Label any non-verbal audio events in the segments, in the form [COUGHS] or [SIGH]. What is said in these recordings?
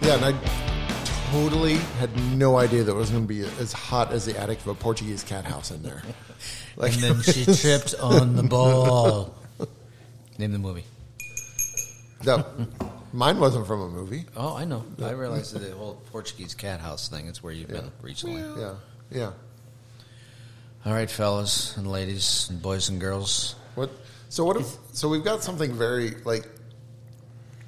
Yeah, and I totally had no idea that it was going to be as hot as the attic of a Portuguese cat house in [LAUGHS] there. Like, And then [LAUGHS] she tripped on the ball. Name the movie. that, mine wasn't from a movie. Oh, I know. I realized that the whole Portuguese cat house thing. It's where you've been recently. Yeah, yeah. All right, fellas and ladies and boys and girls. What? So what if? So we've got something very like,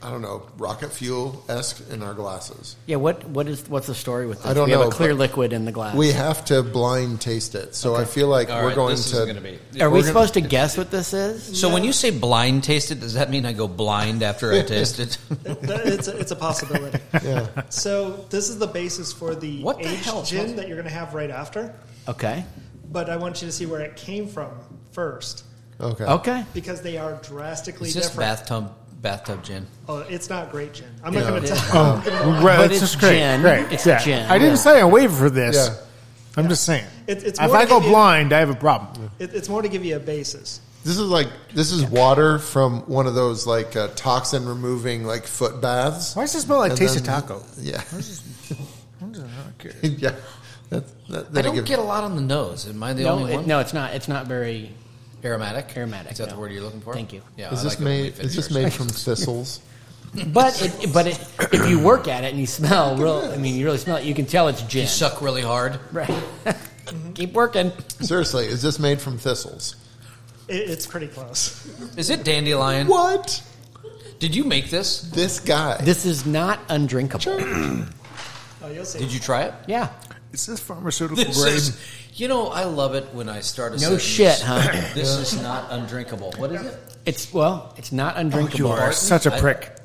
I don't know, rocket fuel esque in our glasses. Yeah, what what is what's the story with this? I don't we know, have a clear but- liquid in the glass. We have to blind taste it. So I feel like All we're right, going this to. is going to be. Are we we're gonna- supposed to guess what this is? So when you say blind tasted, does that mean I go blind [LAUGHS] after I taste it? That- it's, a, it's a possibility. [LAUGHS] Yeah. So this is the basis for the What the aged hell? gin that you're going to have right after. Okay. But I want you to see where it came from first, Okay. Okay. because they are drastically It's just different. bathtub bathtub gin. oh, it's not great gin. I'm not going to Yeah. tell. Oh, right, But it's, it's just great. gin. Great. It's yeah. gin, I didn't yeah. say I wavered for this. Yeah. I'm just saying. It- it's if more I to go give you- blind, I have a problem. It, it's more to give you a basis. This is like this is water from one of those like uh, toxin removing like foot baths. Why does it smell like And Tasty then- Taco? [LAUGHS] Yeah. Okay. [LAUGHS] yeah. That, that, I that don't get a lot on the nose. Am I the No, only it- one? no, it's not. It's not very. Aromatic. Aromatic, Is that no. the word you're looking for? Thank you. Yeah. Is this I like it when we made? finish Is this ours. made [LAUGHS] from thistles? But it, but it, if you work at it and you smell real, I mean, you really smell it. You can tell it's gin. You suck really hard. Right. [LAUGHS] Keep working. Seriously, is this made from thistles? It, it's pretty close. Is it dandelion? What? Did you make this? This guy. This is not undrinkable. Oh, you'll see. Did you try it? Yeah. Is this [LAUGHS] pharmaceutical This grade? is, you know, I love it when I start a No sentence. shit, huh? [COUGHS] This is not undrinkable. What is it? It's well, it's not Oh, undrinkable. you are such a I- prick.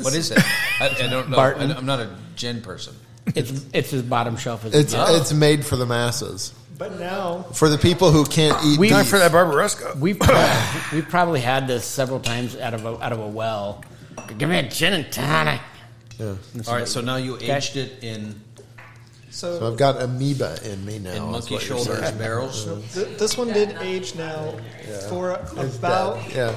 What is it? I, [LAUGHS] I don't know. Barton. I, am not a gin person. It's it's the bottom shelf. As It's it's Oh. it's made for the masses, But now for the people who can't eat. We- beef. Time for that Barbaresco. we've prob- we've probably had this several times out of a, out of a well. Give me a gin and tonic. All right, so now you aged it in, so, So I've got amoeba in me now. in is monkey what you're shoulder saying. barrels. [LAUGHS] th- this one did age now for It's about dead. yeah,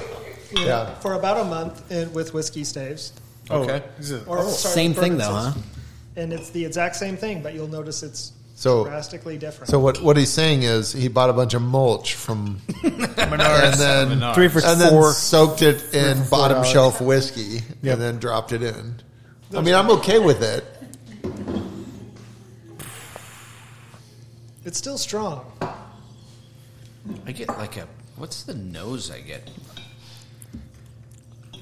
you know, yeah. for about a month and with whiskey staves. oh, Okay. Or Oh, sorry, Same with thing though, huh? bourbon staves. And it's the exact same thing, but you'll notice it's So- drastically different. So what what he's saying is he bought a bunch of mulch [LAUGHS] from and then Three for and four. then soaked it in bottom dollars. shelf whiskey Yep. and then dropped it in. I mean, I'm okay with it. it's still strong. I get like a, what's the nose I get?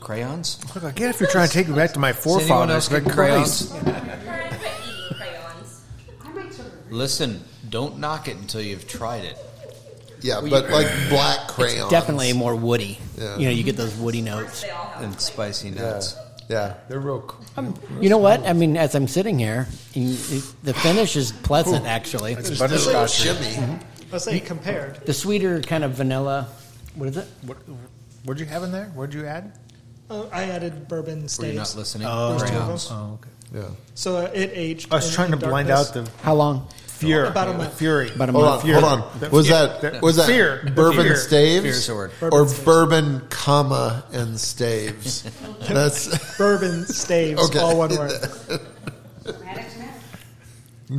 Crayons? Look, I get if you're trying to take me back to my forefathers. get Like crayons. trying to quit eating E crayons. Listen, don't knock it until you've tried it. Yeah, but like black crayons, Definitely more woody. Yeah. You know, you get those woody notes. They all have And spicy Yeah, nuts. yeah. They're real. Cool. You know what? I mean, as I'm sitting here, you- you- the finish is pleasant. Actually, Little shimmy. Mm-hmm. Let's say compared. the sweeter kind of vanilla. What is it? What, what'd you have in there? What'd you add? Uh, I added bourbon Were you not staves. listening? There's two of crayons. them. Oh, okay. Yeah. So uh, it aged. I was in- trying to in blind darkness. out the How long? fear. About a month. Fury. About a Hold month. on, hold on. Was that, was that fear. The bourbon fear. staves Fear's the word. or bourbon comma and staves? [LAUGHS] That's bourbon staves, Okay. all one word.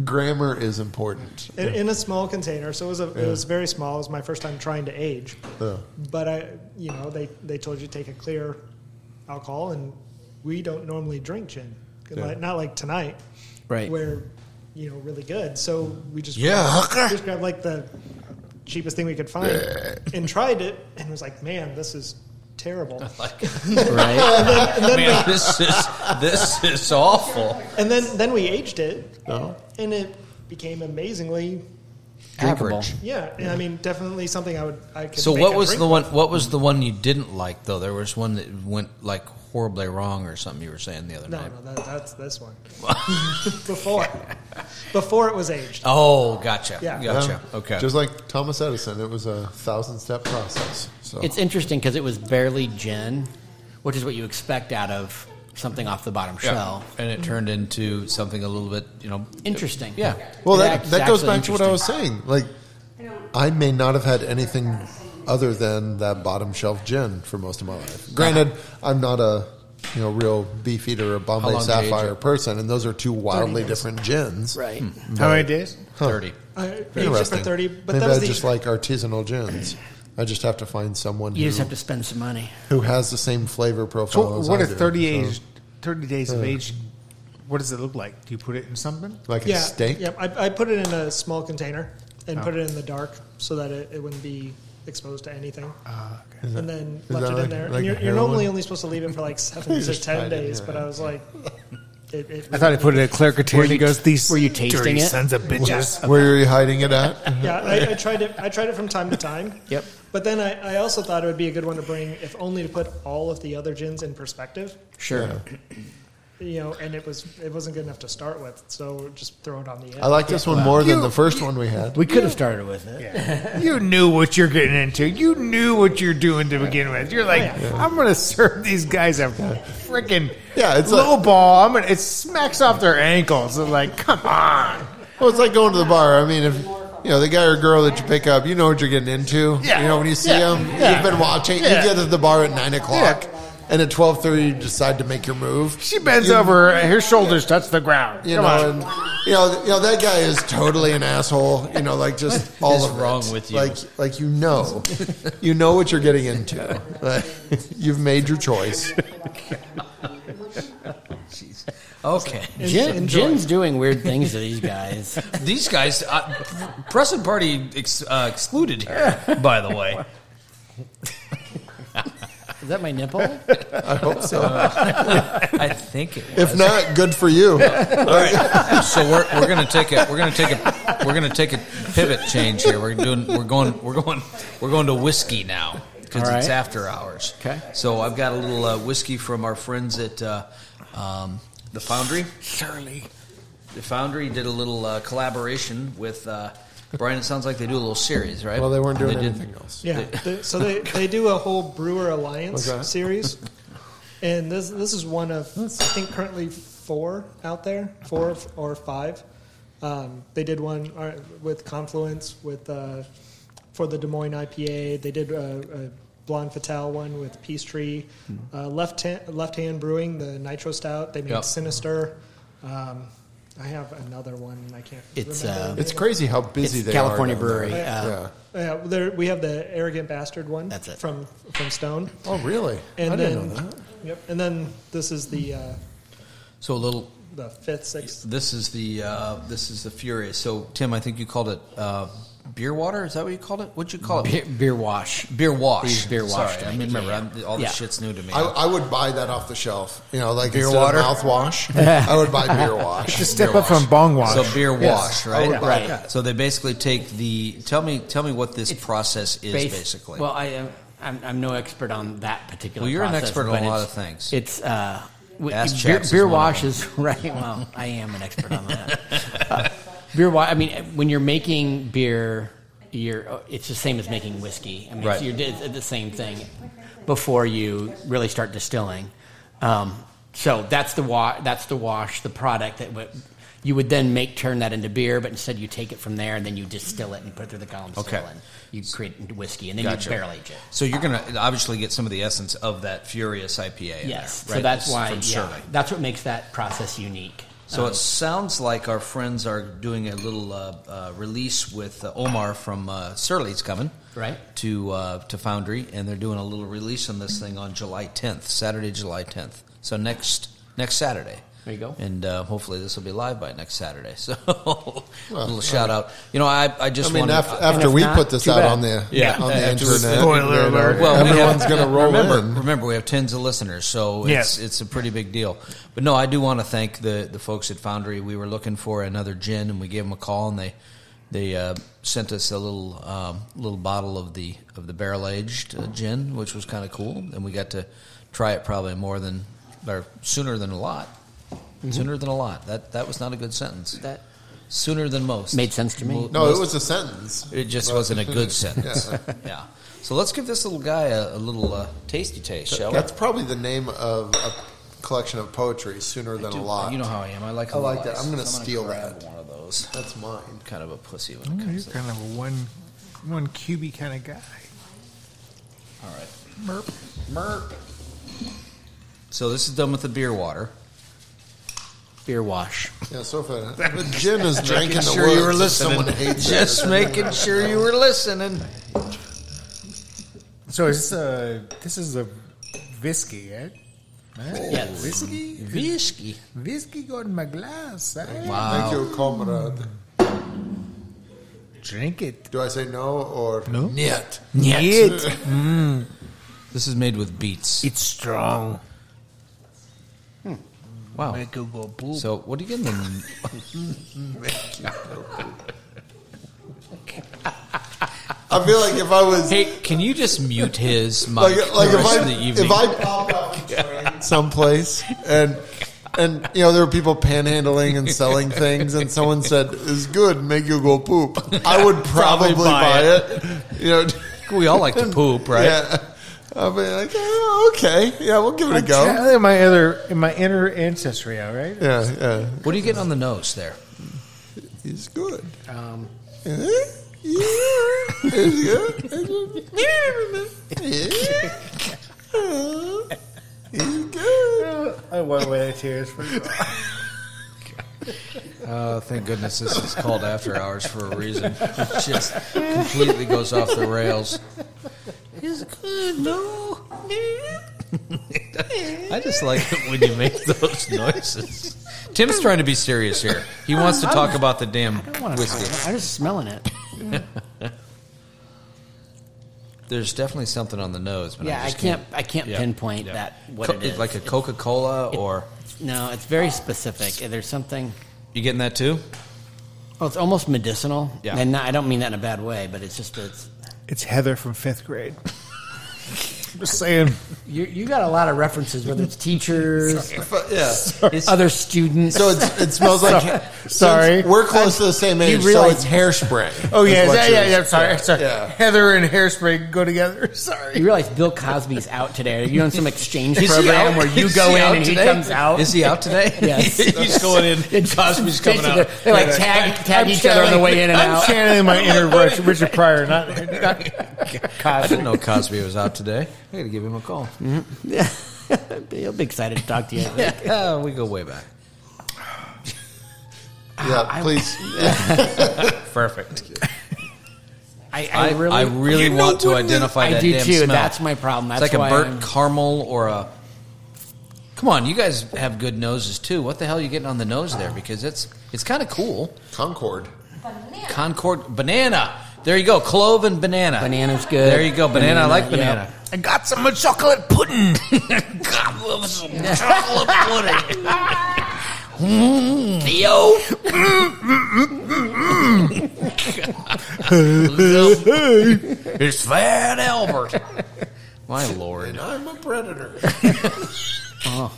grammar is important. in, in a small container. So it was a, it was very small. It was my first time trying to age. Yeah. But I, you know, they they told you to take a clear alcohol, and we don't normally drink gin, like, not like tonight, Right. Where you know really good. So we just Yeah, grabbed, okay. just grabbed like the cheapest thing we could find and tried it, and was like, man, this is terrible. Right. [LAUGHS] Man, this is, this is awful. And then then we aged it, Uh-huh. and it became amazingly. Drinkable. Average. Yeah, and I mean, definitely something I would. I could So make what a was drink the one? What was the one you didn't like though? There was one that went like horribly wrong or something. You were saying the other No, night. no, that, that's [LAUGHS] this one. [LAUGHS] before, before it was aged. Oh, gotcha. Yeah. Gotcha. Yeah. Okay. Um, Just like Thomas Edison, it was a thousand step process. So It's interesting because it was barely gin, which is what you expect out of something off the bottom Yeah. shelf. And it turned into something a little bit, you know. Interesting. Yeah. well, that It's that goes actually back to what I was saying. Like, I may not have had anything other than that bottom shelf gin for most of my life. Granted, I'm not a you know, real beef eater or How Bombay long did you age Sapphire it? person, and those are two wildly different gins. Right. How many days? Huh. Thirty. I aged it Uh, for Interesting. thirty, but Maybe that was I the just like artisanal gins. I just have to find someone You who, just have to spend some money. who has the same flavor profile. So as what I are do, thirty so- age, thirty days of age? What does it look like? Do you put it in something? Like yeah, a steak. Oh. Yep, I, I put it in a small container and put it in the dark so that it, it wouldn't be exposed to anything. Ah, Is that- and then is left that it like- in there. like and you're, you're heroin? normally only supposed to leave it [LAUGHS] for like seven to just ten tied it in days, your but I was like, [LAUGHS] it, it, I thought I put it in a clear container. you- He goes, "These were you tasting dirty it? sons of bitches." Where are you hiding it at? yeah, I, I tried it. I tried it from time to time. Yep. But then I, I also thought it would be a good one to bring, if only to put all of the other gins in perspective. Sure. You know, and it was it wasn't good enough to start with, so just throw it on the end. I like this one more than the first one we had. We could have started with it. You knew what you're getting into. You knew what you're doing to begin with. You're like, I'm going to serve these guys a freaking Yeah, it's low like- ball. I'm gonna, it smacks off their ankles. They're like, come on. Well, it's like going to the bar. I mean, if you know the guy or girl that you pick up, you know what you're getting into. Yeah. You know when you see Yeah. them, Yeah. you've been watching. Yeah. You get at the bar at nine o'clock, and at twelve thirty, you decide to make your move. She bends over. Her shoulders touch the ground. You come know, on. and you know, you know that guy is totally an asshole. You know, like just all What's of wrong it. with you? Like, like you know, you know what you're getting into. Like, you've made your choice. Okay. Jin, Enjoy. Jin's doing weird things to these guys. [LAUGHS] These guys, uh, Preston Party ex, uh, excluded here, by the way. Is that my nipple? [LAUGHS] I hope so. [LAUGHS] I think it was. If not, good for you. So we're, we're gonna take a we're gonna take a we're gonna take a pivot change here. We're doing we're going we're going we're going to whiskey now because All it's right. after hours. Okay. So I've got a little uh, whiskey from our friends at uh, um, the Foundry. Shirley. The Foundry did a little uh, collaboration with uh, Brian. It sounds like they do a little series, right? Well, they weren't doing did- anything else. Yeah. they- so they, they do a whole Brewer Alliance Okay. series, and this this is one of I think currently four out there, four f- or five. Um, they did one uh, with Confluence with uh, for the Des Moines IPA. They did a, a Blonde Fatale one with Peace Tree. Uh, left hand, left hand Brewing the Nitro Stout. They made Yep. Sinister. Um, I have another one. and I can't. It's, remember the uh, name. It's crazy how busy It's they California are. down there. Brewery, uh, yeah. Yeah, there, we have the arrogant bastard one. That's it. from from Stone. Oh, really? And I then, didn't know that. Yep. And then this is the uh, So a little the fifth, sixth. This is the uh, this is the Furious. So Tim, I think you called it uh, beer water. Is that what you called it? What'd you call it? beer, beer wash. Beer wash. These beer wash Sorry, I mean, things, remember yeah. I'm, all Yeah. this shit's new to me. I, I would buy that off the shelf. You know, like beer water? mouthwash. I would buy beer wash. [LAUGHS] Just step Beer up from bong wash. So beer wash, I right? would buy Right. that. So they basically take the tell me tell me what this process is Bas- basically. Well, I am. I'm, I'm no expert on that particular. Well, you're an process, expert on but a lot it's- of things. It's uh, w- Ass beer, chaps is beer one of washes, [LAUGHS] right? Well, I am an expert on that. Uh, beer wash. I mean, when you're making beer, you're oh, it's the same as making whiskey. I mean, Right. so you're, it's the same thing before you really start distilling. Um, so that's the wa- that's the wash, the product that what you would then make turn that into beer, but instead you take it from there and then you distill it and put it through the column Okay. still and you create whiskey and then Gotcha. you barrel age it. so you're gonna obviously get some of the essence of that Furious IPA. in Yes, there, right? so that's It's why from yeah, Shirley. that's what makes that process unique. So it sounds like our friends are doing a little uh, uh, release with uh, Omar from uh, Surly's coming Right. to uh, to Foundry, and they're doing a little release on this thing on July 10th, Saturday, July 10th. So next next Saturday. There you go. And uh, hopefully this will be live by next Saturday. [LAUGHS] So a little shout out. You know, I I I just mean, wanted af- to- after if we not, put this too out bad. on the Yeah. on the Yeah. internet, Spoiler then alert. Well, we everyone's have- going to roll remember, in. Remember, we have tens of listeners, so it's Yes. it's a pretty big deal. But no, I do want to thank the the folks at Foundry. We were looking for another gin, and we gave them a call, and they they uh, sent us a little um, little bottle of the of the barrel aged uh, gin, which was kind of cool, and we got to try it probably more than or sooner than a lot. Mm-hmm. Sooner than a lot. That that was not a good sentence. That sooner than most Made sense to me. Mo- No, most- it was a sentence. it just wasn't a good sentence. [LAUGHS] yeah. So let's give this little guy a, a little uh, tasty taste, shall That's probably the name of a collection of poetry. Sooner than we? a lot. You know how I am. I like. I like little that. ice, I'm gonna so steal grab that. One of those. That's mine. I'm kind of a pussy when Oh, it You're comes. to kind of a one, one QB kind of guy. All right. Merp. Merp. So this is done with the [LAUGHS] beer water. Beer wash. Yeah, so far. [LAUGHS] The gin is drank in the sure woods. you were if listening. Someone hates [LAUGHS] Just it. making sure you were listening. So is this a this is a whiskey, right? Man, Yes. whiskey, Whiskey. whiskey got in my glass. eh? Thank you, comrade. Drink it. Do I say no or No. Niet. [LAUGHS] Yet. Mm. This is made with beets. It's strong. Wow. you go poop. So what do you get in the I feel like if I was Hey, can you just mute his [LAUGHS] mic like, like for the if rest I of the evening? if I pop [LAUGHS] up a train someplace and and you know there were people panhandling and selling things and someone said is good make you go poop I [LAUGHS] would probably, buy buy, it. it. you know [LAUGHS] we all like to poop, right? yeah I'll be like oh, okay yeah we'll give it a go Go. My other, my inner ancestry, all right. yeah yeah What do you get on the nose there? he's good Um, yeah it's good It's good. Yeah. he's good I went away tears for Oh, thank goodness this is called after hours for a reason. It just completely goes off the rails. It's good, no. I just like it when you make those noises. Tim's trying to be serious here. He wants to talk about the damn whiskey. I'm just smelling it. There's definitely something on the nose, but Yeah, I just can't. I can't yeah, pinpoint yeah. that what Co- it is. Like a Coca Cola, or no, it's very specific. There's something. you getting that too? Oh, it's almost medicinal. Yeah. And not, I don't mean that in a bad way, but it's just it's. It's Heather from fifth [LAUGHS] grade. Just saying. You, you got a lot of references, whether it's [LAUGHS] teachers, yeah other students. So it's, it smells like. Sorry. Since we're close to the same age, so realized- it's [LAUGHS] hairspray. Oh yeah, is what yeah, you're- yeah, yeah. Sorry, sorry. Yeah. Heather and hairspray go together. [LAUGHS] Sorry. you realize Bill Cosby's out today. Are you on some exchange Is he program out? where you Is go he in out and today? he comes out? Is he out [LAUGHS] today? Yes. He's going in. Cosby's coming out. uh, They like tag, tag each other on the way in and I'm out. channeling my [LAUGHS] inner Rich- Richard Pryor, not, not I [LAUGHS] didn't know Cosby was out today. I got to give him a call. Yeah. He'll be excited to talk to you. I think. [LAUGHS] Uh, we go way back. Yeah, please. [LAUGHS] Perfect. [LAUGHS] I, I I really, really, I really want to identify I that do damn too. smell. That's my problem. That's it's like why a burnt I'm- caramel or a. Come on, you guys have good noses too. What the hell are you getting on the nose there? Because it's it's kind of cool. Concord. Banana. Concord banana. There you go. Clove and banana. Banana's good. There you go. Banana. I like Banana, banana. I got some chocolate pudding. God loves some chocolate pudding. Theo. it's Fat Albert. [LAUGHS] My lord. I'm a [LAUGHS] predator. Oh.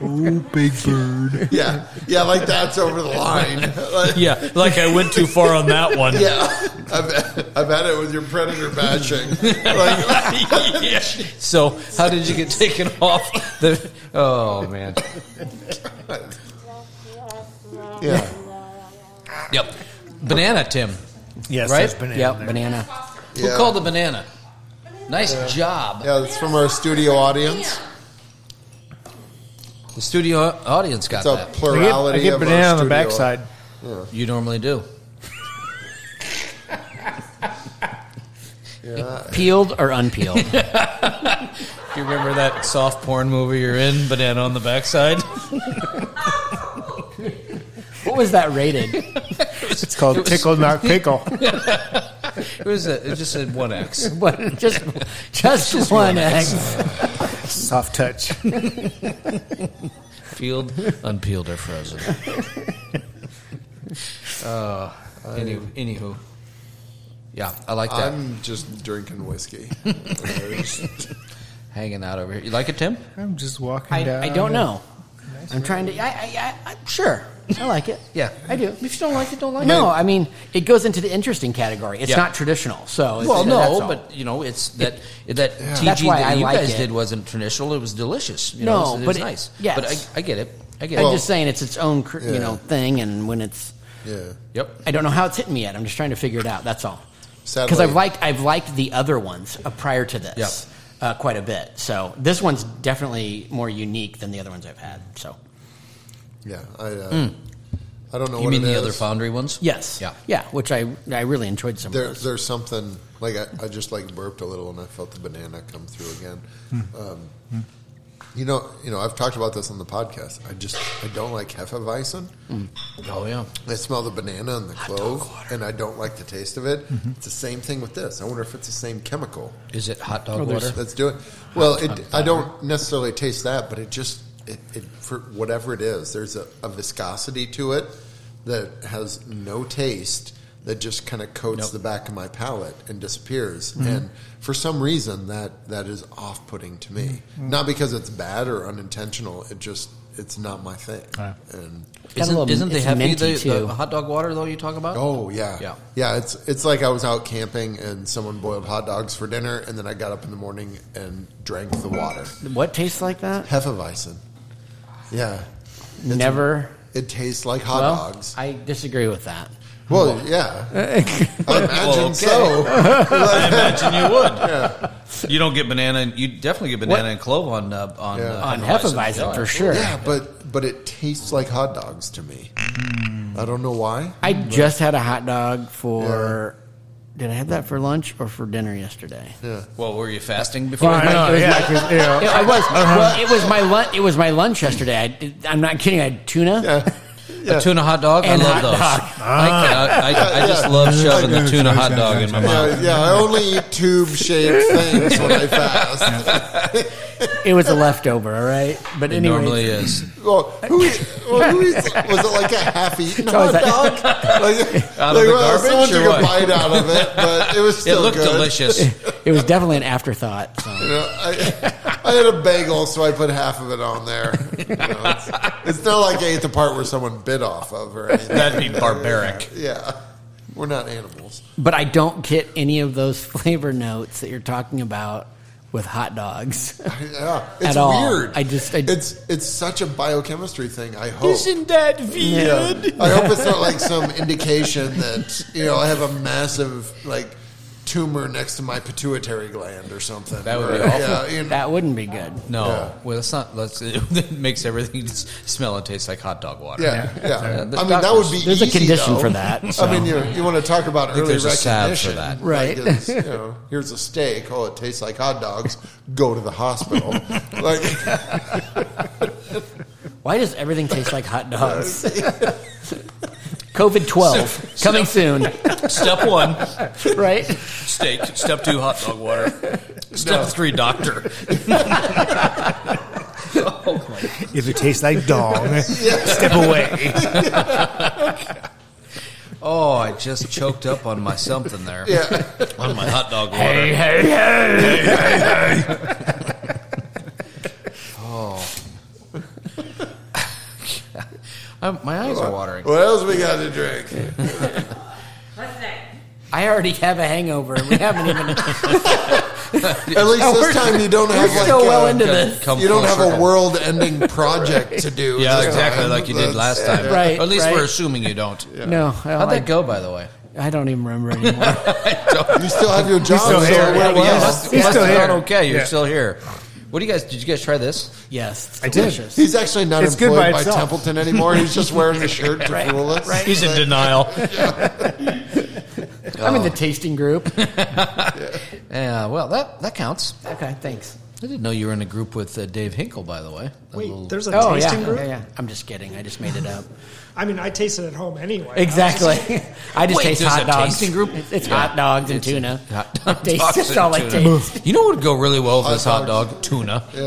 Oh, big bird. Yeah, yeah, like that's over the line. [LAUGHS] Like, Yeah, like I went too far on that [LAUGHS] one. yeah, I've, I've had it with your predator [LAUGHS] bashing. Like, So, how did you get taken off the? Oh man. yeah, Yep. Banana, Tim. Yes, Right? there's banana. Yep, there. banana. yeah. Who called the banana? Nice job. Yeah, that's from our studio audience. The studio audience got It's a that. I get, plurality I get of banana our on the studio- backside. You normally do. Peeled or [LAUGHS] unpeeled? Do you remember that soft porn movie you're in, Banana on the Backside? what was that rated? [LAUGHS] It's called tickle not pickle. [LAUGHS] It was a, it just said one X. What, just just, one X. Soft touch. Peeled, unpeeled, or [LAUGHS] frozen. Uh, any, anywho, yeah, I like that. I'm just drinking [LAUGHS] whiskey. Hanging out over here. You like it, Tim? I'm just walking I, down. I don't know. I'm trying to. I, I, I, I sure. I like it. Yeah. I do. If you don't like it, don't like it. No, I mean it goes into the interesting category. It's Yeah. not traditional, so it's, Well, that's all. no, but you know, it's that that TG That's why I that you like guys it. did wasn't traditional. It was delicious. You No, know, it was, it but was it- nice. yes. but I, I get it. I get I'm it. just saying it's its own cr- yeah. you know thing, and when it's Yeah, Yep. I don't know how it's hitting me yet. I'm just trying to figure it out. That's all. Sadly- Because I've liked I've liked the other ones uh, prior to this. Yeah. uh, quite a bit. So this one's definitely more unique than the other ones I've had. So Yeah, I. Uh, I don't know. Hmm. You what mean it the is. other foundry ones? yes, Yeah. yeah, which I I really enjoyed some. There, of those. there's something like I, I just like burped a little and I felt the banana come through again. Um, you know, you know, I've talked about this on the podcast. I just I don't like hefeweizen. Oh yeah. I smell the banana and the clove, and I don't like the taste of it. It's the same thing with this. I wonder if it's the same chemical. Is it hot dog Let's- water? Let's do it. Well, it, I don't necessarily taste that, but it just it, it for whatever it is, there's a, a viscosity to it that has no taste that just kind of coats Nope. Mm-hmm. the back of my palate and disappears. And for some reason, that that is off putting to me. Mm-hmm. Not because it's bad or unintentional. It just it's not my thing. Yeah. And a Isn't, little- isn't the it's hefty minty, the, too. the hot dog water though you talk about? Oh yeah, Yeah. It's it's like I was out camping and someone boiled hot dogs for dinner, and then I got up in the morning and drank the water. What tastes like that? Hefeweizen. Yeah, Never. it tastes like hot well, dogs. I disagree with that. Well, yeah, I imagine [LAUGHS] Well, [LAUGHS] okay. so. I imagine you would. You don't get banana. and You definitely get banana What? and clove on uh, on Yeah. uh, On Hefeweizen. Hefeweizen, Yeah. for [LAUGHS] sure. Yeah, but but it tastes like hot dogs to me. Hmm. I don't know why. I just had a hot dog for. Did I have that for lunch or for dinner yesterday? Well, were you fasting before? Well, I know, yeah, 'cause, you know, It, I was. Uh-huh. Well, it was my lunch. It was my lunch yesterday. I did, I'm not kidding. I had tuna. A tuna hot dog. And I love hot those. dog. I, cannot- I, I Ah. just love shoving the tuna hot dog in my Yeah, mouth. yeah, I only eat tube [LAUGHS] shaped things when I fast. It was a leftover. All right, but It anyway, normally [LAUGHS] is. Well, who, eat, well, who eats, was it like a half-eaten always hot [LAUGHS] that- dog? Like, Out of the garbage someone or took what? a bite out of it, but it was It still looked good. delicious. [LAUGHS] it was definitely an afterthought. so. You know, I, I had a bagel, so I put half of it on there. You know, it's, it's not like I ate the part where someone bit off of or anything. That'd be barbaric. Yeah, we're not animals. But I don't get any of those [LAUGHS] flavor notes that you're talking about with hot dogs. Yeah, it's At all. weird. I just- I- it's it's such a biochemistry thing. I hope. that Yeah. I hope it's not like some indication that you know I have a massive like tumor next to my pituitary gland or something. That would be Or, awful. Yeah, you know, That wouldn't be good. No, Yeah. well, it's not. Let's. [LAUGHS] It makes everything [LAUGHS] just smell and taste like hot dog water. yeah, yeah. the I mean, that would be There's a easy, condition though. for that, so. I mean, you, you want to talk about early there's a salve for recognition, Like, that. Right. it's, you know, here's a steak. Oh, it tastes like hot dogs. Go to the [LAUGHS] hospital. like, Why does everything taste like hot dogs? [LAUGHS] COVID 12 coming soon, Step one, [LAUGHS] right? steak. Step two, hot [LAUGHS] dog water. Step three, doctor. if it tastes like dog, [LAUGHS] [LAUGHS] step away. Oh, I just choked up on my something there. [LAUGHS] yeah, On my hot dog water. hey, hey. I'm, my eyes are watering. what else we got to drink? What's next? I already have a hangover. We haven't [LAUGHS] even. At least Oh, we're- this time you don't we're have like so uh, well into Come- this. come you don't full have circle. a [LAUGHS] world-ending project to do. Yeah, this exactly time. like you did That's- last time. Right, Or at least right. we're assuming you don't. No, How'd well, that I, go, by the way? I don't even remember anymore. You still have your job. so still here. it went Yeah, well. that's- Must- he's must still have here. gone Okay, you're Yeah. still here. What do you guys? Did you guys try this? yes, it's I did. delicious. He's actually not It's good employed by by, itself. Templeton anymore. He's just wearing [LAUGHS] a shirt to fool us. He's in denial. I'm in Oh. the tasting group. [LAUGHS] Yeah, well, that that counts. Okay, thanks. I didn't know you were in a group with uh, Dave Hinkle, by the way. A Wait, little- there's a Oh tasting yeah, group. yeah, yeah. I'm just kidding. I just made it up. I mean, I taste it at home anyway. Exactly. [LAUGHS] I just Wait, taste there's hot a dogs. tasting group? It's, it's hot dogs and tuna. hot I dog taste- dogs that's and all I tuna. taste. You know what would go really well with this hot dogs. dog? Tuna. Yeah.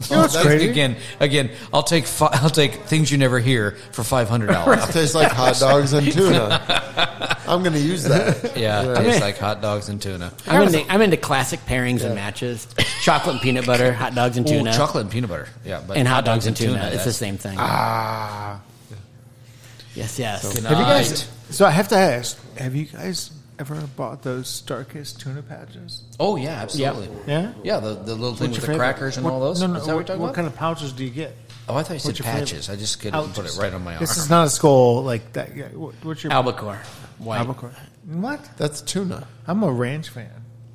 You know what's that's crazy? Again, again, I'll take fi- [LAUGHS] I'll take things you never hear for five hundred [LAUGHS] dollars. Tastes like hot dogs and tuna. I'm going to use that. Yeah, it tastes like hot dogs and tuna. I'm into, I'm into classic pairings and matches: chocolate and peanut butter, hot dogs and tuna, Ooh, chocolate and peanut butter. Yeah, but and hot dogs and tuna. that's It's the same thing. Ah. yes, yes. Have you guys? Right. So I have to ask: Have you guys ever bought those Starkist tuna patches? Oh yeah, absolutely. Yeah. Yeah, the, the little thing with What's the your favorite? crackers and What- all those. No, no. Is that what what, you're what talking kind about? of pouches do you get? Oh, I thought you said what's your favorite? patches. I just couldn't put it right on my arm. This is not a skull like that. Yeah, what- What's your Albacore, white. Albacore. What? That's tuna. I'm a ranch fan.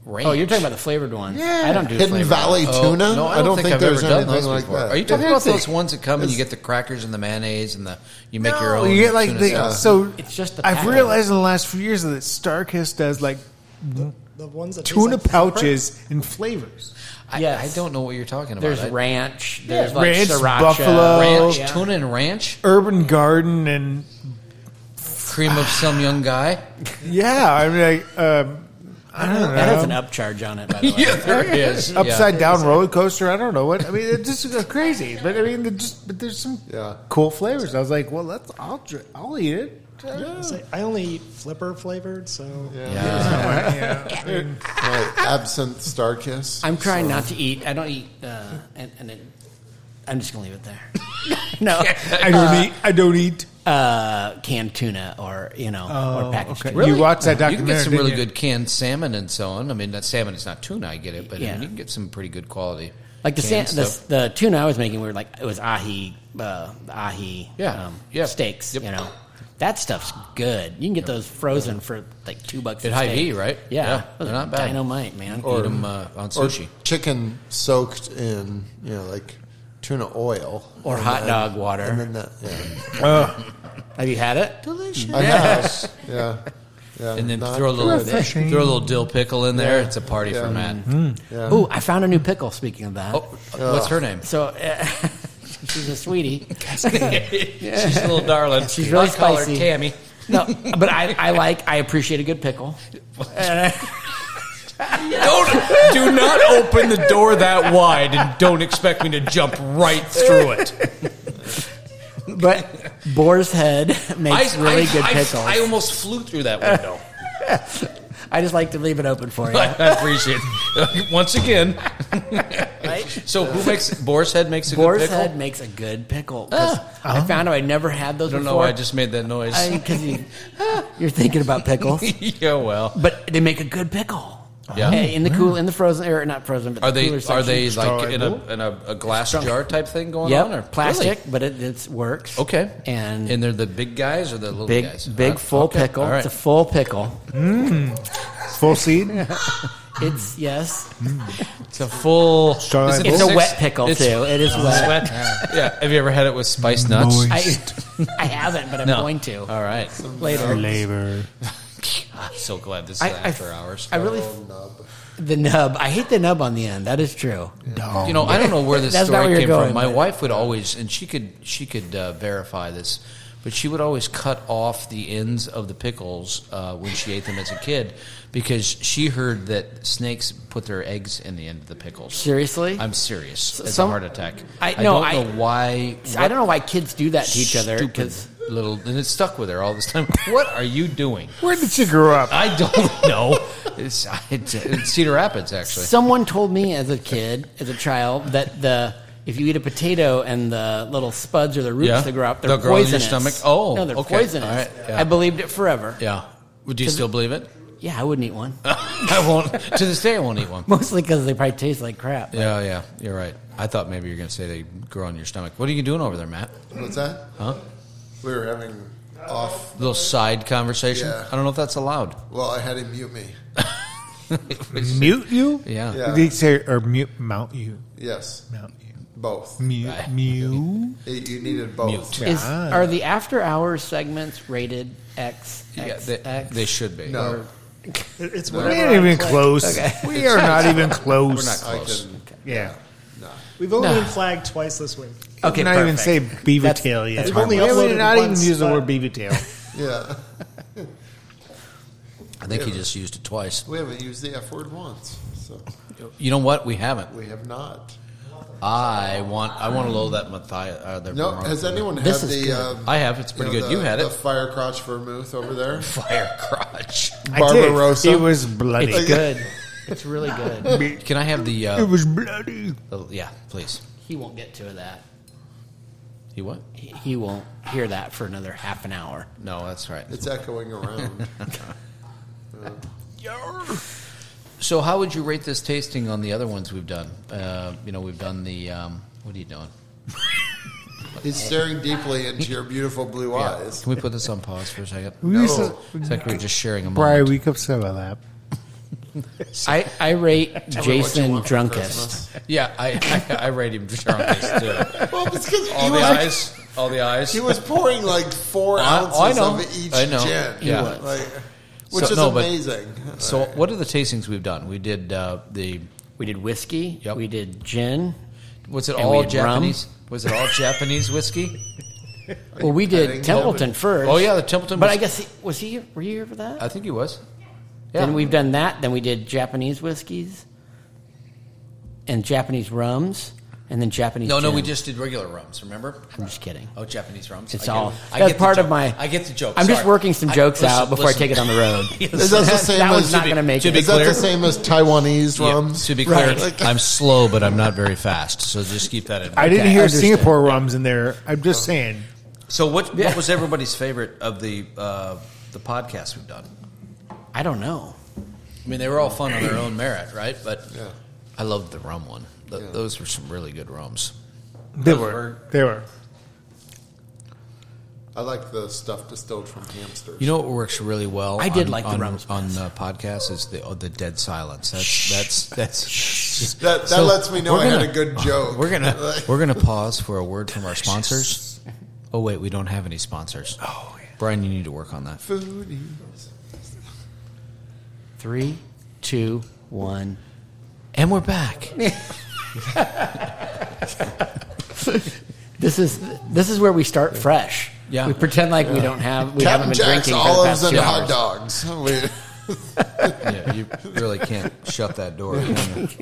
ranch. Oh, you're talking about the flavored one. Yeah. I don't do Hidden flavored. Valley Oh, tuna? No, I don't, think, I've there's ever done anything those like before. that. Are you talking Yeah, about that's those it. ones that come and you get the crackers and the mayonnaise and the you make your No, own? You get like tuna the salad? so. It's just the I've packaging. realized in the last few years that Starkist does like [LAUGHS] The ones that taste tuna like pouches and flavors. I, Yes. I don't know what you're talking about. There's I- ranch. There's Yeah, like ranch, sriracha. buffalo. ranch, Yeah. tuna and ranch, Urban Garden and cream of some young [LAUGHS] guy. yeah, I mean, like, um, I don't know. That has an upcharge on it, by the way. there is upside down roller coaster. I don't know what. I mean, it's just it's crazy. But I mean, it just but there's some Yeah. cool flavors. I was like, well, let's I'll dr- I'll eat it. I say- I only eat flipper flavored, so Right, absinthe star kiss. I'm trying not to eat. I don't eat, uh, and, and it, I'm just gonna leave it there. no, I don't eat. I don't eat. uh, canned tuna or you know, or packaged okay. tuna. You watched that You can get documentary, some really didn't you? good canned salmon and so on. I mean, that salmon is not tuna, I get it, but I mean, Yeah. you can get some pretty good quality. Like the, san- canned the stuff. the tuna I was making, we were like it was ahi, uh, ahi, um, Yeah, yeah. steaks. Yep. You know, that stuff's good. You can get those frozen for like two bucks. a At Hy-Vee, steak. right? Yeah, Yeah, they're Those are not bad. Dynamite, man. Eat 'em, uh, on or sushi. chicken soaked in, you know, like tuna oil. Or And hot then- dog water. And then that, yeah. Have you had it? Delicious. I have. Yeah. yeah. uh, and then Not throw a little Refreshing. throw a little dill pickle in there. Yeah. It's a party Yeah. for Matt. Ooh, I found a new pickle. Speaking of that, Oh, what's her [LAUGHS] name? [LAUGHS] so uh, she's a sweetie. She's a little darling. She's really I call her spicy. Tammy. No, but I, I like I appreciate a good pickle. Don't Oh, do not open the door that wide, and don't expect me to jump right through it. But Boar's Head [LAUGHS] makes really good I, pickles. I I, almost flew through that window. just like to leave it open for [LAUGHS] you. I, appreciate it. Once again, right? so who makes Boar's Head makes a Boar's good pickle? Uh, Head makes a good pickle. 'cause I found out I never had those I don't know. before. why I just made that noise. I- 'cause you, are thinking about pickles, [LAUGHS] yeah, well, but they make a good pickle. Yeah. Eh, in the cool, in the frozen, or not frozen, but are the they cooler are section. they like in a Destroyable. in a, a glass jar type thing going Yep, on or plastic, Really? but it it's, works. Okay, and and they're the big guys or the little big guys? big Uh, full okay, pickle. All right. It's a full pickle. Full seed. It's yes. It's a full. is Starlight it Bowl? It's a six- wet pickle it's- too. It is wet. Sweat. yeah. Have you ever had it with spiced nuts? Moist. I, I haven't, but I'm No. Um, going to All [LAUGHS] right. later. Labor. I'm so glad this is I, I- after hours. I really the nub. I hate the nub on the end. That is true. you know, I don't know where this That's not story where you're came going, from. My but- wife would always, and she could she could uh, verify this, but she would always cut off the ends of the pickles uh, when she ate them as a kid because she heard that snakes put their eggs in the end of the pickles. Seriously? I'm serious. It's some- a heart attack. I- no, I I- don't know why. I don't know why kids do that to each other. Stupid 'cause- little, and it stuck with her all this time. what are you doing? Where did you grow up? I don't [LAUGHS] know. It's, it's, it's Cedar Rapids, actually. someone told me as a kid, as a child, that the if you eat a potato and the little spuds or the roots Yeah. that grow up, they're They'll grow in your poisonous. stomach? Oh, no, they're okay. poisonous. All right, yeah. I believed it forever. Yeah, Yeah. Would you still believe it? I wouldn't eat one, [LAUGHS] [LAUGHS] I won't. To this day, I won't eat one. mostly because they probably taste like crap. Yeah, yeah. You're right. I thought maybe you were going to say they grow on your stomach. What are you doing over there, Matt? What's that? Huh? We were having off. little side conversation. Yeah. I don't know if that's allowed. Well, I had him mute me. Mute you? Yeah. Yeah. They say or mute mount you. Yes, Mount you. both. Mute mute. You- You needed both. Mute. Is, Ah. Are the after hours segments rated X? X, Yeah, they, X? they should be. No, it- it's We whatever. ain't I even flag. close. We are not even close. We're not close. I can. Yeah. We've only been flagged twice this week. okay, not even perfect. say beaver That's- tail yet. that's We've only We uploaded not once, even use the but- word beaver tail. Yeah, I think he just used it twice. we haven't used the F word once, so You know what? We haven't. we have not. I I want. I want to load that Matthias. Uh, the No, Vermont- has anyone had This is the? good. Um, I have. It's pretty know, good. the- you had the it. fire crotch vermouth over there. [LAUGHS] Fire crotch. I did. Barbarossa? It was bloody. It's good. [LAUGHS] It's really good. Can I have the? It Uh, was bloody. the- yeah, please. He won't get to that. He what? He- He won't hear that for another half an hour. No, that's right. It's echoing around. So, how would you rate this tasting on the other ones we've done? Uh, you know, we've done the. Um, what are you doing? He's staring deeply into your beautiful blue eyes. Can we put this on pause for a second? We used to- It's like we're just sharing a moment. Brian, we could say about that. I, I rate Jason drunkest. Yeah, I, I, I rate him drunkest [LAUGHS] too. Well, it's because All the eyes, all the eyes. He was pouring like four I- ounces I know. of each I know. gin. He Yeah. was. Like, which So- is no, but- amazing. [LAUGHS] So, what are the tastings we've done? We did uh, the We did whiskey. Yep. We did gin. was it And we all had rum. Japanese? Was it [LAUGHS] all Japanese whiskey? Well, we kidding? did Templeton first. Oh yeah, Uh, the Templeton. But was- I guess he, was he were you here for that? I think he was. Then we've done that. Then we did Japanese whiskeys and Japanese rums, and then Japanese. No, no, gin. we just did regular rums. Remember? I'm just kidding. Oh, Japanese rums. It's I get all. it. I that's get the part of joke. my. I get the joke. I'm just Sorry. working some I- jokes listen, out before listen. I take it on the road. [LAUGHS] Is that the same that one's as not going to make to it. be is that clear? the same as Taiwanese Yeah, rums? to be clear, Right. Like- I'm slow, but I'm not very fast. So just keep that in. mind. I didn't Okay, hear understood. Singapore rums in there. I'm just saying. So what? Yeah. What was everybody's favorite of the uh, the podcast we've done? I don't know. I mean, they were all fun on their own merit, right? But I loved the rum one. Th- Those were some really good rums. They were. They were. I like the stuff distilled from hamsters. You know what works really well? I did on- like the on, rums on uh, podcasts is the oh, the dead silence. That's that's that's just- that that So, lets me know we're I had gonna- a [LAUGHS] good joke. [LAUGHS] We're gonna Like, we're gonna pause for a word from our sponsors. Oh wait, we don't have any sponsors. Oh, Brian, you need to work on that. foodies. Three, two, one. And we're back. [LAUGHS] This is this is where we start fresh. Yeah. we pretend like we don't have we haven't Captain been Jack's drinking for the olives past and two hot hours. [LAUGHS] dogs. We- yeah, you really can't shut that door. can [LAUGHS]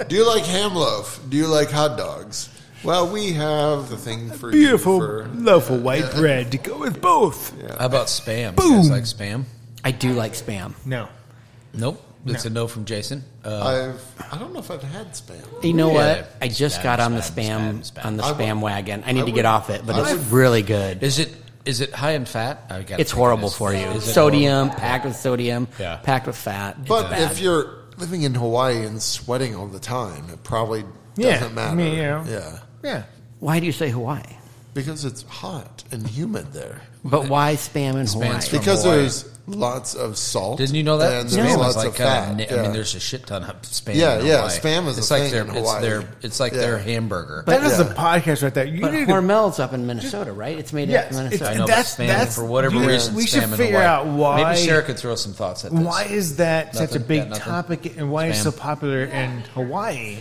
you? Do you like ham loaf? Do you like hot dogs? Well, we have the thing for you Beautiful for- loaf of white bread to go with both. How about spam? You guys Boom. like spam? I do like spam. No. Nope. It's a no from Jason. Uh, I've I don't know if I've had spam. You know Yeah. what? I just Spam, got on the spam, spam, spam, spam. on the I spam would- wagon. I I need to would- get off it, but I it's would- really good. is it is it high in fat? I gotta It's think it horrible is. for you. Is it Sodium, packed with sodium, Yeah. packed with fat. But It's bad. if you're living in Hawaii and sweating all the time, it probably Yeah, doesn't matter. I mean, you know. Yeah, Yeah. why do you say Hawaii? because it's hot and humid there. But why spam in Hawaii? Spam's from- Because Hawaii. there's lots of salt. Didn't you know that? And there's is lots like of fat. kinda- I Yeah. mean, there's a shit ton of spam. Yeah, in yeah, Hawaii. spam is a it's thing like their in it's Hawaii. their it's like Yeah. their hamburger. That is Yeah. the podcast right there. You but need to- Hormel's up in Minnesota, right? It's made Yes, up in Minnesota. it's- I know, that's- but spam that's- for whatever we- reason. we spam should in figure Hawaii. out why- Maybe Sarah could throw some thoughts at this. Why is that such a Nothing? big Got nothing? topic and why it's Spam. so popular in Hawaii?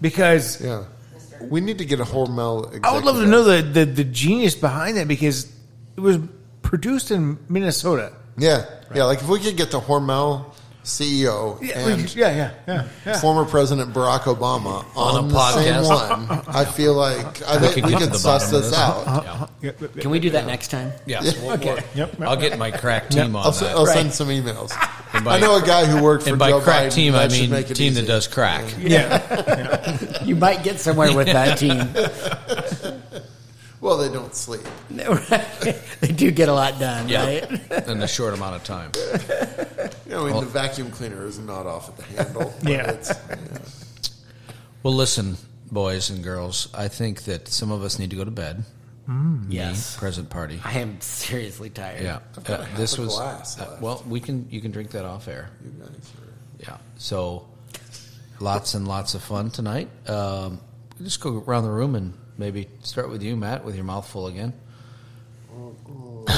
Because Yeah. We need to get a Oh, Hormel. Executive. I would love to know the, the, the genius behind that because it was produced in Minnesota. Yeah, yeah. Like if we could get the Hormel CEO Yeah, we- and yeah, yeah, yeah, yeah. former President Barack Obama on, On a the same podcast. one, I feel like I could think we get to could the suss bottom of this this. out. Yeah. Yeah, yeah, Can we do that next [LAUGHS] time? Yeah. Yeah. we'll- we'll- Yep, Uh, yep, I'll get my crack team on I'll, that. se- I'll send Right. some emails. And by- I know a guy who worked for and by Joe crack Biden. team, I That should mean make it team easy. that does crack. yeah. You might get somewhere with [LAUGHS] that team. Well, they don't sleep. [LAUGHS] they do get a lot done, [LAUGHS] right? in a short amount of time. You know, I mean, the vacuum cleaner is not off at the [LAUGHS] handle. but [LAUGHS] Yeah. it's- Well, listen, boys and girls, I think that some of us need to go to bed. Yes. Present party. I am seriously tired. Yeah. got Uh, half this a was glass uh, left. well. We can you can drink that off air. you guys are- Yeah. So, lots and lots of fun tonight. Um, we'll just go around the room and maybe start with you, Matt, with your mouth full again. What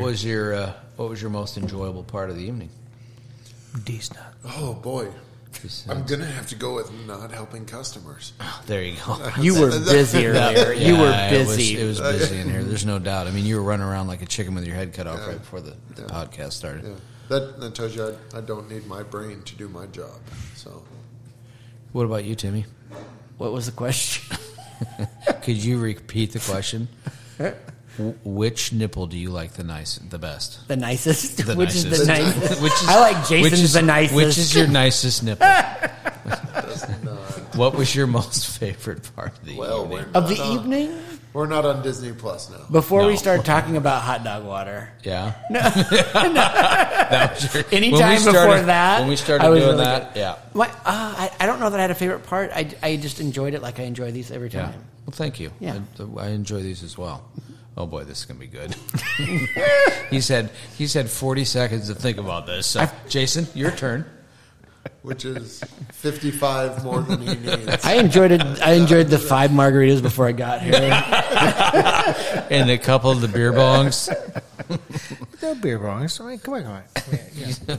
was your uh, What was your most enjoyable part of the evening? These nuts. Oh boy, Just, uh, I'm gonna have to go with not helping customers. there you go. You were [LAUGHS] busy earlier. you were Yeah, busy. It was, it was busy in here. There's no [LAUGHS] doubt. I mean, you were running around like a chicken with your head cut off right before the, the podcast started. Yeah, that that tells you I, I don't need my brain to do my job. So What about you, Timmy? what was the question? [LAUGHS] Could you repeat the [LAUGHS] question? W- Which nipple do you like the nice, the [LAUGHS] best? The nicest, The which is the nicest. [LAUGHS] nicest. Which is- I like Jason's which is- the nicest. Which is your nicest [LAUGHS] nipple? what was your most favorite part of the well, we're evening? not of the on, evening? We're not on Disney Plus now. Before we Uh, No. start talking about hot dog water, Yeah. No. [LAUGHS] that [LAUGHS] was your, Anytime when we before started- that, When we started I was doing really that, good. yeah. My, uh, I, I don't know that I had a favorite part. I, I just enjoyed it like I enjoy these every Yeah. time. Well, thank you. Yeah. I, I enjoy these as well. "Oh boy, this is gonna be [LAUGHS] good." he said he said forty seconds to think about this. So, Jason, your turn. which [LAUGHS] is 55 more than he needs. I enjoyed it. I enjoyed the five margaritas before I got [LAUGHS] here. And a couple of the beer [LAUGHS] bongs. No beer bongs. I mean, come on, come on. Yeah, yeah.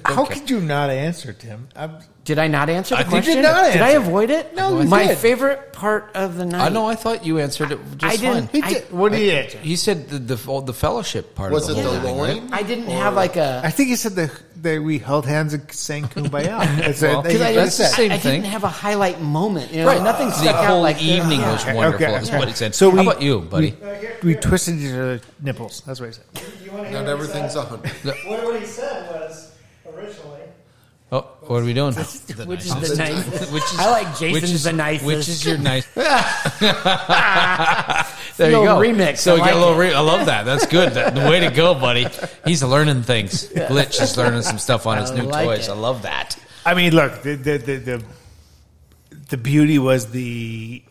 [LAUGHS] How could you not answer, Tim? I'm, Did I not answer the I think you question? did not I answer. avoid it? No, you My did. favorite part of the night. I know. I thought you answered it just I fine. didn't. he I- did- what did he answer? He said the the, oh, the fellowship part. Was it of the the whole thing, right? loin? I didn't have like a. I think he said that, that we held hands and sang [LAUGHS] "Kumbaya." That's Well, well, Because I that's didn't it. say- same I thing. didn't have a highlight moment. You know, Right. nothing the stuck out whole like evening Yeah. was wonderful. Okay, That's okay. what he said. So we, How about you, buddy? We, we twisted each other's nipples. That's what he said. You want to hear Not what he everything's said? 100. What, what he said was originally. oh, what are we [LAUGHS] doing? Which is the The [LAUGHS] nice. Which is, I like Jason's which is the nicest. Which is your [LAUGHS] nice? there you Little go. remix. So I you like get a little. Re- I love that. That's good. That, the way to go, buddy. He's learning [LAUGHS] things. Glitch is learning some stuff on his I new like toys. it. I love that. I mean, look, the the the, the, the beauty was the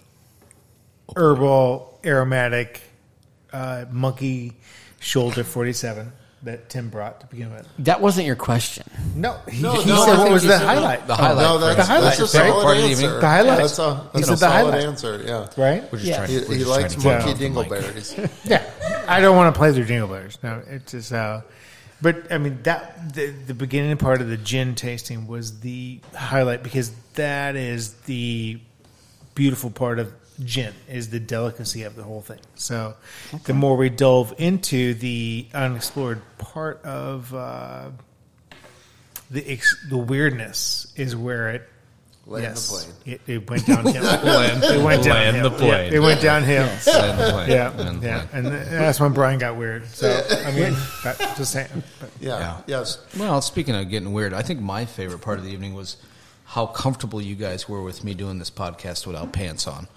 herbal aromatic uh, monkey shoulder forty seven that Tim brought to begin with. That wasn't your question. No, he, No, he no, I said what think was he the said- highlight? The highlight. No, that's, for The highlight, that's a right? solid Part of the answer. evening. The highlight. That's a, He that's a said the solid highlight. answer, yeah. right? We're just Yeah. trying. He, we're he just trying likes to get monkey off the mic. dingleberries. Yeah, I don't want to play their jingle bells. No, it's just. Uh, but I mean that the, the beginning part of the gin tasting was the highlight because that is the beautiful part of gin is the delicacy of the whole thing. So the more we delve into the unexplored part of uh, the ex- the weirdness is where it Land the plane. It, it went [LAUGHS] downhill. it [LAUGHS] Land went downhill. the Yeah, plane. it went downhill. Land the plane. [LAUGHS] Yeah, Land the yeah, plane. and th- that's when Brian got weird. So I [LAUGHS] mean, but just saying. But Yeah, Yeah. yes. Well, speaking of getting weird, I think my favorite part of the evening was how comfortable you guys were with me doing this podcast without pants on.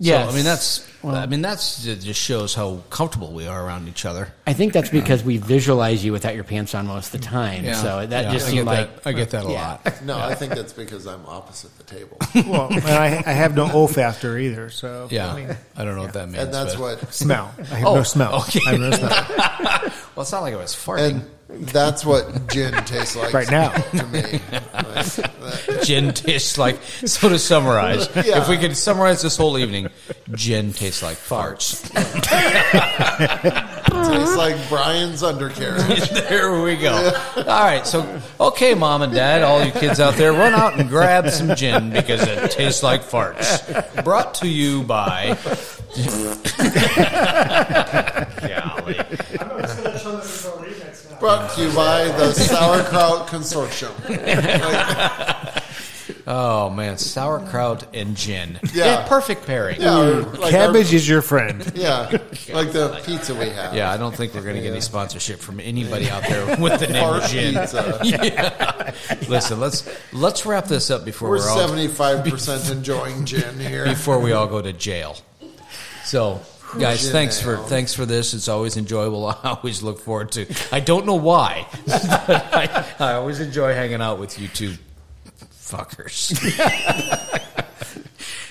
Yes. so, I mean [LAUGHS] that's I mean that's it just shows how comfortable we are around each other. I think that's because we visualize you without your pants on most of the time. So that Yeah. just I get seemed like that, I get that a Yeah. lot. No, I think [LAUGHS] that's because I'm opposite the table. well, and I, I have no olfactor either. So Yeah, I mean, I don't know what that means. and that's but- what smell. I have Oh, no smell. okay. I have [LAUGHS] no smell. Well, it's not like I was farting. [LAUGHS] and that's what gin tastes like Right now. to me. Like, [LAUGHS] that- [LAUGHS] gin tastes [LAUGHS] like. So to summarize, Yeah. if we could summarize this whole evening, gin tastes like farts. tastes like Brian's undercarriage. [LAUGHS] there we go. All right, so okay, mom and dad, all you kids out there, run out and grab some gin because it tastes like farts. Brought to you by. Golly. I'm I'm just gonna turn this into a remix now. Brought to you by the Sauerkraut Consortium. Oh man, sauerkraut and gin. [LAUGHS] Yeah. perfect pairing. Yeah, or like Cabbage is your friend. Our, yeah, like the pizza we have. Yeah, I don't think we're going to get any sponsorship from anybody out there [LAUGHS] with the name Fart of gin. pizza. [LAUGHS] Yeah. Listen, let's let's wrap this up before We're we're, all seventy-five percent enjoying gin here. before we all go to jail. So, guys, Jail. thanks for thanks for this. It's always enjoyable. [LAUGHS] I always look forward to. I don't know why. [LAUGHS] but I, I always enjoy hanging out with you two [LAUGHS] fuckers.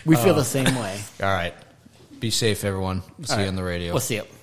we feel the same way. oh. [LAUGHS] All right, be safe, everyone. See you on the radio. We'll see it.